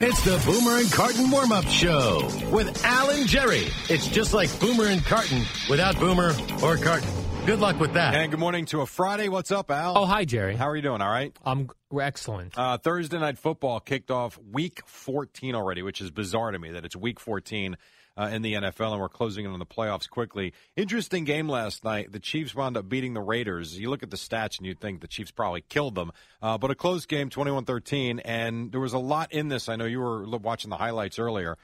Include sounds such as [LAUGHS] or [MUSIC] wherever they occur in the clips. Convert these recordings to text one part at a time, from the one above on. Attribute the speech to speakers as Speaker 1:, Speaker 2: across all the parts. Speaker 1: It's the Boomer and Carton warm up show with Alan Jerry. It's just like Boomer and Carton without Boomer or Carton. Good luck with that.
Speaker 2: And good morning to a Friday. What's up, Al?
Speaker 3: Oh, hi, Jerry.
Speaker 2: How are you doing? All right.
Speaker 3: I'm we're excellent.
Speaker 2: Uh, Thursday night football kicked off week 14 already, which is bizarre to me that it's week 14 uh, in the NFL and we're closing in on the playoffs quickly. Interesting game last night. The Chiefs wound up beating the Raiders. You look at the stats and you'd think the Chiefs probably killed them, uh, but a close game, 21 13. And there was a lot in this. I know you were l- watching the highlights earlier.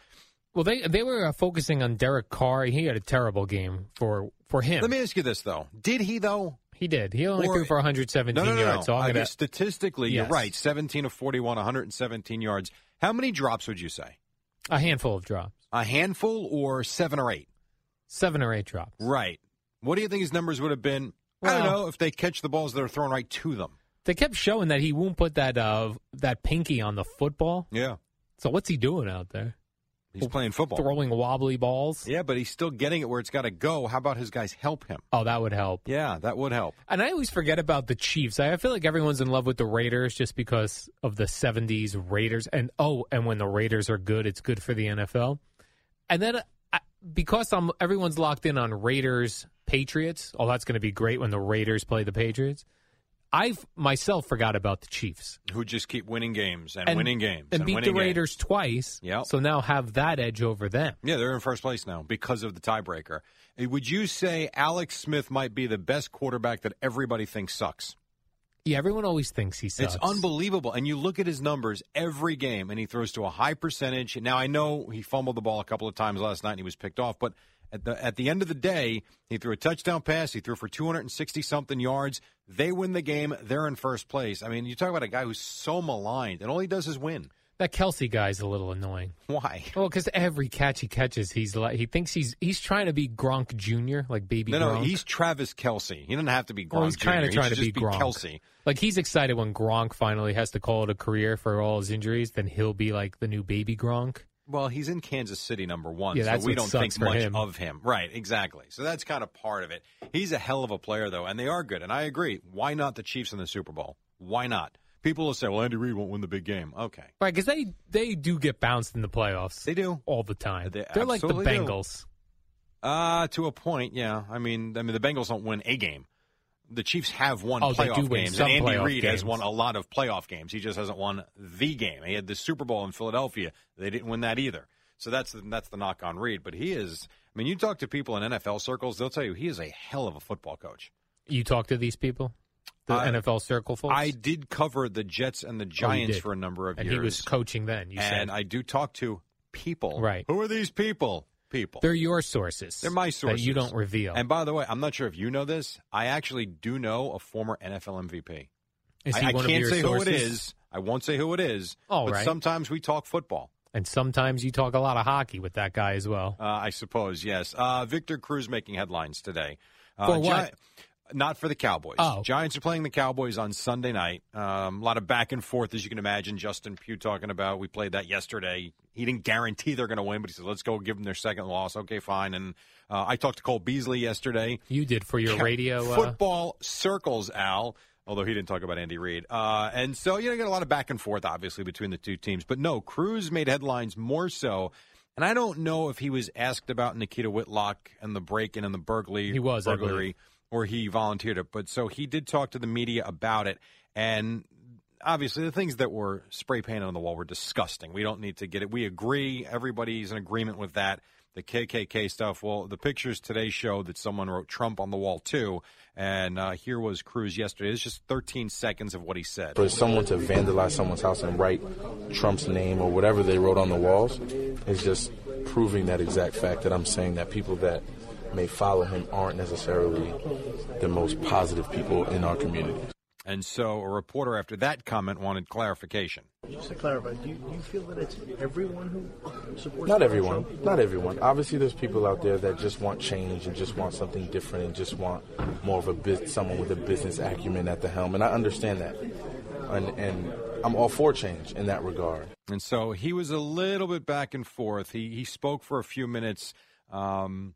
Speaker 3: Well, they they were uh, focusing on Derek Carr. He had a terrible game for for him.
Speaker 2: Let me ask you this, though. Did he, though?
Speaker 3: he did. He only
Speaker 2: Or-
Speaker 3: threw for 117
Speaker 2: No, no, no,
Speaker 3: yards.
Speaker 2: no.
Speaker 3: So
Speaker 2: I
Speaker 3: I'm gonna.
Speaker 2: guess statistically,
Speaker 3: Yes.
Speaker 2: you're right. 17 of 41, 117 yards. How many drops would you say?
Speaker 3: A handful of drops,
Speaker 2: A handful or seven or eight?
Speaker 3: seven or eight drops.
Speaker 2: Right. What do you think his numbers would have been? I don't
Speaker 3: Well-
Speaker 2: know if they catch the balls that are thrown right to them.
Speaker 3: They kept showing that he won't put that uh that pinky on the football.
Speaker 2: Yeah.
Speaker 3: So what's he doing out there?
Speaker 2: He's playing football.
Speaker 3: Throwing wobbly balls.
Speaker 2: Yeah, but he's still getting it where it's got to go. How about his guys help him?
Speaker 3: Oh, that would help.
Speaker 2: Yeah, that would help.
Speaker 3: And I always forget about the Chiefs. I I feel like everyone's in love with the Raiders just because of the 70s Raiders. And oh, and when the Raiders are good, it's good for the NFL. And then uh, I, because I'm everyone's locked in on Raiders Patriots, oh, that's going to be great when the Raiders play the Patriots. I've myself forgot about the Chiefs
Speaker 2: Who just keep winning games and, winning games
Speaker 3: and, beat
Speaker 2: winning
Speaker 3: the
Speaker 2: games.
Speaker 3: Raiders twice.
Speaker 2: Yep.
Speaker 3: So now have that edge over them.
Speaker 2: Yeah, they're in first place now because of the tiebreaker. Eh, Would you say Alex Smith might be the best quarterback that everybody thinks sucks?
Speaker 3: Yeah, everyone always thinks he sucks.
Speaker 2: It's unbelievable. And you look at his numbers every game, and he throws to a high percentage. Now, I know he fumbled the ball a couple of times last night and he was picked off, but at the, at the end of the day, he threw a touchdown pass. He threw for 260 something yards. They win the game. They're in first place. I mean, you talk about a guy who's so maligned, and all he does is win.
Speaker 3: That Kelsey guy's a little annoying.
Speaker 2: Why?
Speaker 3: Well, because every catch he catches, he's like he thinks he's he's trying to be Gronk Jr. like baby.
Speaker 2: No,
Speaker 3: Gronk.
Speaker 2: no, he's Travis Kelsey. He doesn't have to be Gronk.
Speaker 3: Well, he's kind
Speaker 2: Jr..
Speaker 3: of
Speaker 2: He
Speaker 3: trying
Speaker 2: should
Speaker 3: to be
Speaker 2: just
Speaker 3: Gronk.
Speaker 2: Kelsey.
Speaker 3: Like he's excited when Gronk finally has to call it a career for all his injuries. Then he'll be like the new baby Gronk.
Speaker 2: Well, he's in Kansas City, number one,
Speaker 3: Yeah, that's
Speaker 2: so we
Speaker 3: what
Speaker 2: don't
Speaker 3: sucks
Speaker 2: think
Speaker 3: for
Speaker 2: much
Speaker 3: him.
Speaker 2: of him. Right, exactly. So that's kind of part of it. He's a hell of a player, though, and they are good. And I agree. Why not the Chiefs in the Super Bowl? Why not? People will say, well, Andy Reid won't win the big game. Okay.
Speaker 3: Right? Because they they do get bounced in the playoffs.
Speaker 2: They do.
Speaker 3: all the time.
Speaker 2: They
Speaker 3: are like the
Speaker 2: absolutely do.
Speaker 3: Bengals.
Speaker 2: Uh, to a point, yeah. I mean, I mean, the Bengals don't win a game. The Chiefs have won
Speaker 3: Oh, they do
Speaker 2: playoff
Speaker 3: win
Speaker 2: games,
Speaker 3: some
Speaker 2: and Andy
Speaker 3: playoff
Speaker 2: Reid
Speaker 3: games.
Speaker 2: has won a lot of playoff games. He just hasn't won the game. He had the Super Bowl in Philadelphia; they didn't win that either. So that's the, that's the knock on Reid. But he is. I mean, you talk to people in NFL circles; they'll tell you he is a hell of a football coach.
Speaker 3: You talk to these people, the
Speaker 2: Uh,
Speaker 3: NFL circle folks. Oh,
Speaker 2: I did cover the Jets and the Giants
Speaker 3: did.
Speaker 2: for a number of
Speaker 3: and
Speaker 2: years,
Speaker 3: he was coaching then. You said
Speaker 2: and I do talk to people.
Speaker 3: Right.
Speaker 2: Who are these people? People.
Speaker 3: they're your sources.
Speaker 2: They're my sources
Speaker 3: that you don't reveal.
Speaker 2: And by the way, I'm not sure if you know this. I actually do know a former NFL MVP.
Speaker 3: Is
Speaker 2: I,
Speaker 3: he
Speaker 2: I
Speaker 3: one of
Speaker 2: can't
Speaker 3: your
Speaker 2: say who it
Speaker 3: sources?
Speaker 2: is. I won't say who it is.
Speaker 3: All
Speaker 2: but
Speaker 3: right.
Speaker 2: sometimes we talk football.
Speaker 3: And sometimes you talk a lot of hockey with that guy as well.
Speaker 2: Uh, I suppose yes. Uh, Victor Cruz making headlines today. Uh,
Speaker 3: For what?
Speaker 2: Gi- Not for the Cowboys.
Speaker 3: Oh.
Speaker 2: Giants are playing the Cowboys on Sunday night. Um, a lot of back and forth, as you can imagine. Justin Pugh talking about we played that yesterday. He didn't guarantee they're going to win, but he said, "Let's go give them their second loss." Okay, fine. And uh, I talked to Cole Beasley yesterday.
Speaker 3: You did for your
Speaker 2: Ca-
Speaker 3: radio. Uh,
Speaker 2: football circles al although he didn't talk about andy reid uh, and so you know you got a lot of back and forth obviously between the two teams but no cruz made headlines more so and i don't know if he was asked about nikita whitlock and the break-in and the burglary
Speaker 3: He was, I
Speaker 2: burglary or he volunteered it but so he did talk to the media about it and obviously the things that were spray painted on the wall were disgusting. We don't need to get it. We agree. Everybody's in agreement with that. The KKK stuff. Well, the pictures today show that someone wrote Trump on the wall too, and uh, here was Cruz yesterday. It's just 13 seconds of what he said.
Speaker 4: For someone to vandalize someone's house and write Trump's name or whatever they wrote on the walls is just proving that exact fact that I'm saying that people that may follow him aren't necessarily the most positive people in our community.
Speaker 2: And so a reporter after that comment wanted clarification.
Speaker 5: Just to clarify, do you, do you feel that it's everyone who supports
Speaker 4: Not
Speaker 5: Donald
Speaker 4: everyone.
Speaker 5: Trump?
Speaker 4: Not everyone. Obviously, there's people out there that just want change and just want something different and just want more of a bus someone with a business acumen at the helm, and I understand that, and and I'm all for change in that regard.
Speaker 2: And so he was a little bit back and forth. He he spoke for a few minutes, um,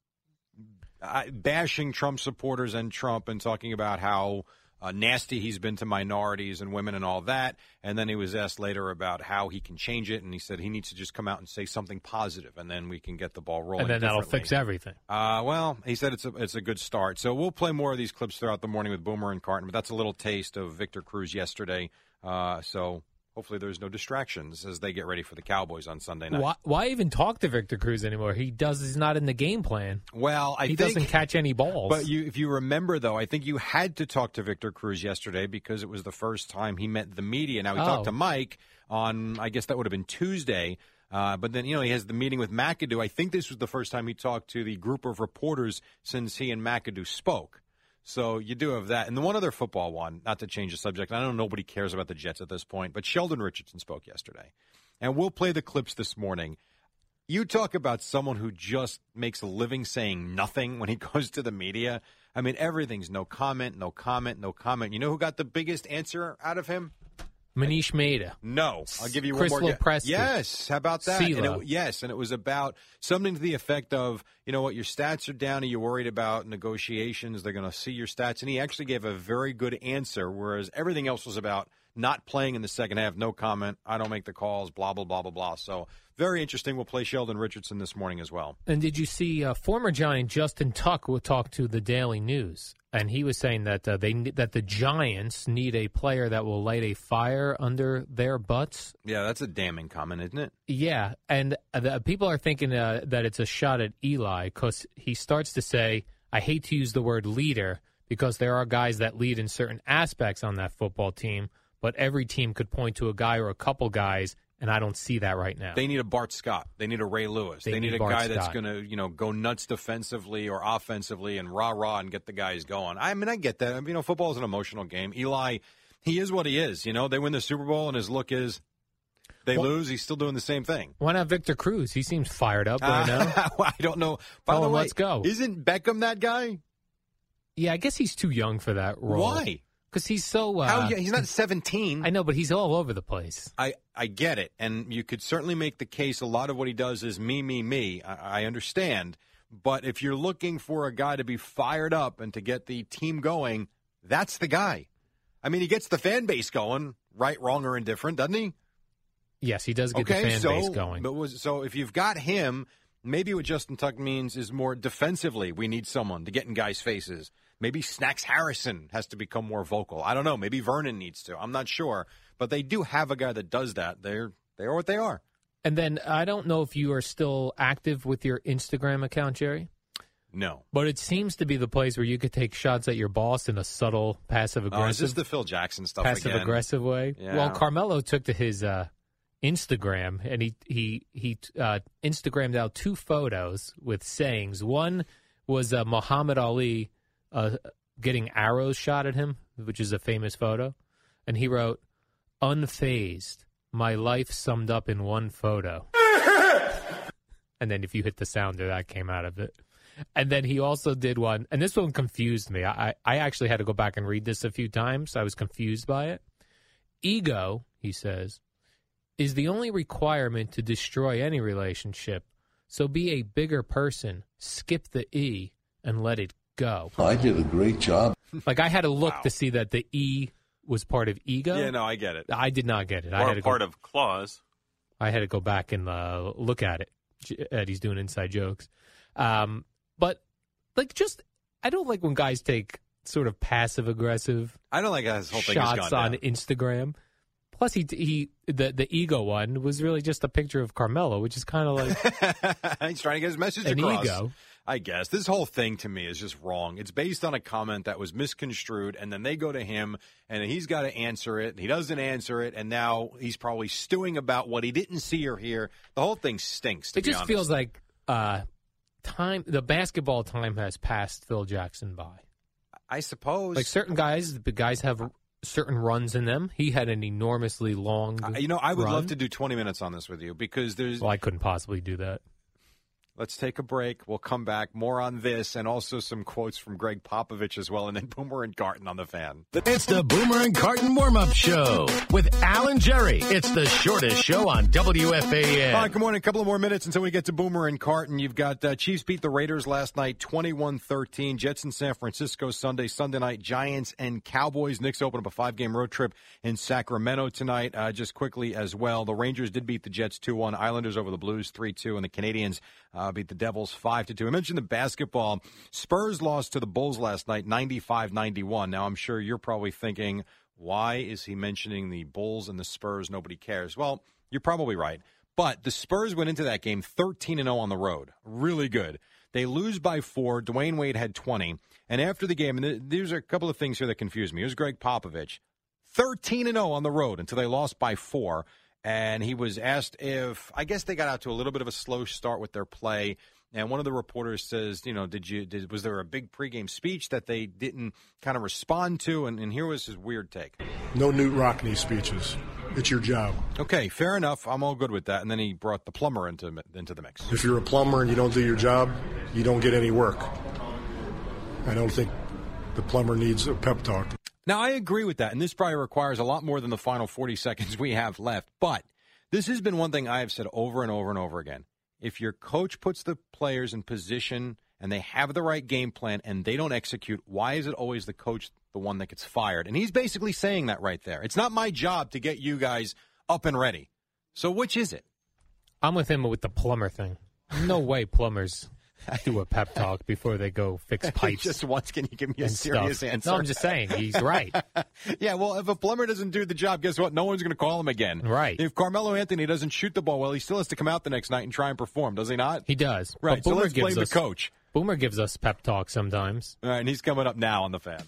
Speaker 2: I, bashing Trump supporters and Trump, and talking about how uh, nasty he's been to minorities and women and all that. And then he was asked later about how he can change it, and he said he needs to just come out and say something positive, and then we can get the ball rolling.
Speaker 3: and then that'll
Speaker 2: differently.
Speaker 3: fix everything.
Speaker 2: Uh, well, he said it's a it's a good start. So we'll play more of these clips throughout the morning with Boomer and Carton. But that's a little taste of Victor Cruz yesterday. Uh, so hopefully there's no distractions as they get ready for the Cowboys on Sunday night.
Speaker 3: Why, why even talk to Victor Cruz anymore? He does. He's not in the game plan.
Speaker 2: Well, I
Speaker 3: he
Speaker 2: think.
Speaker 3: doesn't catch any balls.
Speaker 2: But you, if you remember, though, I think you had to talk to Victor Cruz yesterday because it was the first time he met the media. Now, he talked
Speaker 3: Oh.
Speaker 2: to Mike on, I guess that would have been Tuesday. Uh, but then, you know, he has the meeting with McAdoo. I think this was the first time he talked to the group of reporters since he and McAdoo spoke. So you do have that. And the one other football one, not to change the subject, I know nobody cares about the Jets at this point, but Sheldon Richardson spoke yesterday. And we'll play the clips this morning. You talk about someone who just makes a living saying nothing when he [LAUGHS] goes to the media. I mean, everything's no comment, no comment, no comment. You know who got the biggest answer out of him?
Speaker 3: Manish Maida.
Speaker 2: No, I'll give you
Speaker 3: Chris
Speaker 2: one more. gu-
Speaker 3: Lopresti.
Speaker 2: Yes, how about that? And
Speaker 3: CeeLo.
Speaker 2: it, yes, and it was about something to the effect of, you know what, your stats are down. Are you worried about negotiations? They're going to see your stats, and he actually gave a very good answer. Whereas everything else was about not playing in the second half, no comment. I don't make the calls. Blah blah blah blah blah. So very interesting. We'll play Sheldon Richardson this morning as well.
Speaker 3: And did you see uh, former Giant Justin Tuck will talk to the Daily News, and he was saying that uh, they that the Giants need a player that will light a fire under their butts.
Speaker 2: Yeah, that's a damning comment, isn't it?
Speaker 3: Yeah, and the, people are thinking uh, that it's a shot at Eli because he starts to say, "I hate to use the word leader because there are guys that lead in certain aspects on that football team, but every team could point to a guy or a couple guys, and I don't see that right now."
Speaker 2: They need a Bart Scott. They need a Ray Lewis. They,
Speaker 3: They
Speaker 2: need,
Speaker 3: need
Speaker 2: a
Speaker 3: Bart
Speaker 2: guy that's
Speaker 3: Scott.
Speaker 2: going to, you know, go nuts defensively or offensively and rah rah and get the guys going. I mean, I get that. I mean, you know, football is an emotional game. Eli, he is what he is. You know, they win the Super Bowl and his look is they
Speaker 3: Well-
Speaker 2: lose. He's still doing the same thing.
Speaker 3: Why not Victor Cruz? He seems fired up right now.
Speaker 2: Uh, [LAUGHS] I don't know. By
Speaker 3: Tell
Speaker 2: the
Speaker 3: him,
Speaker 2: way,
Speaker 3: let's go.
Speaker 2: Isn't Beckham that guy?
Speaker 3: Yeah, I guess he's too young for that role.
Speaker 2: Why?
Speaker 3: Because he's so. Uh,
Speaker 2: How? He's not seventeen.
Speaker 3: I know, but he's all over the place.
Speaker 2: I, I get it. And you could certainly make the case a lot of what he does is me, me, me. I, I understand. But if you're looking for a guy to be fired up and to get the team going, that's the guy. I mean, he gets the fan base going, right, wrong, or indifferent, doesn't he?
Speaker 3: Yes, he does get
Speaker 2: okay,
Speaker 3: the fan
Speaker 2: so,
Speaker 3: base going.
Speaker 2: But was, so if you've got him, maybe what Justin Tuck means is more defensively, we need someone to get in guys' faces. Maybe Snacks Harrison has to become more vocal. I don't know. Maybe Vernon needs to. I'm not sure. But they do have a guy that does that. They're they are what they are.
Speaker 3: and then I don't know if you are still active with your Instagram account, Jerry,
Speaker 2: No.
Speaker 3: but it seems to be the place where you could take shots at your boss in a subtle, passive
Speaker 2: Oh, is this
Speaker 3: aggressive,
Speaker 2: the Phil Jackson stuff
Speaker 3: passive
Speaker 2: again?
Speaker 3: aggressive way.
Speaker 2: Yeah.
Speaker 3: Well, Carmelo took to his uh, Instagram and he he he uh, Instagrammed out two photos with sayings. One was uh, Muhammad Ali uh, getting arrows shot at him, which is a famous photo, and he wrote, "Unfazed, my life summed up in one photo." and then if you hit the sounder, that came out of it. And then he also did one, and this one confused me. I, I, I actually had to go back and read this a few times. I was confused by it. Ego, he says, is the only requirement to destroy any relationship. So be a bigger person, skip the E, and let it go.
Speaker 6: I did a great job.
Speaker 3: Like I had to look to see that the E was part of ego.
Speaker 7: Yeah, no, I get it.
Speaker 3: I did not get it. I
Speaker 7: Or
Speaker 3: had to
Speaker 7: part
Speaker 3: go,
Speaker 7: of clause.
Speaker 3: I had to go back and uh, look at it. J- Eddie's doing inside jokes, um, but like just I don't like when guys take sort of passive aggressive
Speaker 2: I don't like how this whole thing has
Speaker 3: shots
Speaker 2: gone
Speaker 3: on
Speaker 2: [LAUGHS] down.
Speaker 3: Instagram. Plus, he he the the ego one was really just a picture of Carmelo, which is kind of
Speaker 2: [LAUGHS]
Speaker 3: like
Speaker 2: He's trying to get his message
Speaker 3: An
Speaker 2: across.
Speaker 3: ego.
Speaker 2: I guess this whole thing to me is just wrong. It's based on a comment that was misconstrued, and then they go to him, and he's got to answer it. and He doesn't answer it, and now he's probably stewing about what he didn't see or hear. The whole thing stinks. To
Speaker 3: it
Speaker 2: be
Speaker 3: just
Speaker 2: honest.
Speaker 3: feels like uh, time. The basketball time has passed Phil Jackson by.
Speaker 2: I suppose.
Speaker 3: Like certain guys, the guys have certain runs in them. He had an enormously long.
Speaker 2: Uh, you know, I would
Speaker 3: run.
Speaker 2: love to do twenty minutes on this with you because there's
Speaker 3: Well, I couldn't possibly do that.
Speaker 2: Let's take a break. We'll come back. More on this and also some quotes from Greg Popovich as well, and then [LAUGHS] Boomer and Garten on the fan.
Speaker 1: It's the Boomer and Carton warm up show with Alan Jerry. It's the shortest show on WFAN.
Speaker 2: All right, good morning. A couple of more minutes until we get to Boomer and Carton. You've got uh, Chiefs beat the Raiders last night 21 13. Jets in San Francisco Sunday. Sunday night, Giants and Cowboys. Knicks open up a five game road trip in Sacramento tonight. Uh, just quickly as well, the Rangers did beat the Jets 2 1. Islanders over the Blues 3 2. And the Canadians uh, beat the Devils 5 2. I mentioned the basketball. Spurs lost to the Bulls last night 95 91. Now, I'm sure you're probably thinking, why is he mentioning the Bulls and the Spurs? Nobody cares. Well, you're probably right. But the Spurs went into that game 13 and 0 on the road. Really good. They lose by four. Dwayne Wade had 20. And after the game, and th- there's a couple of things here that confuse me. Here's Greg Popovich 13 and 0 on the road until they lost by four. And he was asked if, I guess they got out to a little bit of a slow start with their play. And one of the reporters says, you know, did you, did, was there a big pregame speech that they didn't kind of respond to? And, and here was his weird take.
Speaker 8: No Newt Rockney speeches. It's your job.
Speaker 2: Okay, fair enough. I'm all good with that. And then he brought the plumber into into the mix.
Speaker 8: If you're a plumber and you don't do your job, you don't get any work. I don't think the plumber needs a pep talk.
Speaker 2: Now, I agree with that, and this probably requires a lot more than the final 40 seconds we have left. But this has been one thing I have said over and over and over again. If your coach puts the players in position and they have the right game plan and they don't execute, why is it always the coach the one that gets fired? And he's basically saying that right there. It's not my job to get you guys up and ready. So, which is it? [LAUGHS]
Speaker 3: I'm with him with the plumber thing. No way plumbers do a pep talk before they go fix pipes.
Speaker 2: [LAUGHS] Just once, can you give me a
Speaker 3: and
Speaker 2: serious
Speaker 3: stuff.
Speaker 2: answer?
Speaker 3: No, I'm just saying he's
Speaker 2: [LAUGHS]
Speaker 3: right.
Speaker 2: yeah, well, if a plumber doesn't do the job, guess what? No one's going to call him again. Right. If Carmelo Anthony doesn't shoot the ball well, he still has to come out the next night and try and perform, does he not?
Speaker 3: He does.
Speaker 2: Right.
Speaker 3: But Boomer
Speaker 2: so let's
Speaker 3: gives
Speaker 2: blame
Speaker 3: us-
Speaker 2: the coach.
Speaker 3: Boomer gives us pep talk sometimes.
Speaker 2: All right, and he's coming up now on the fan.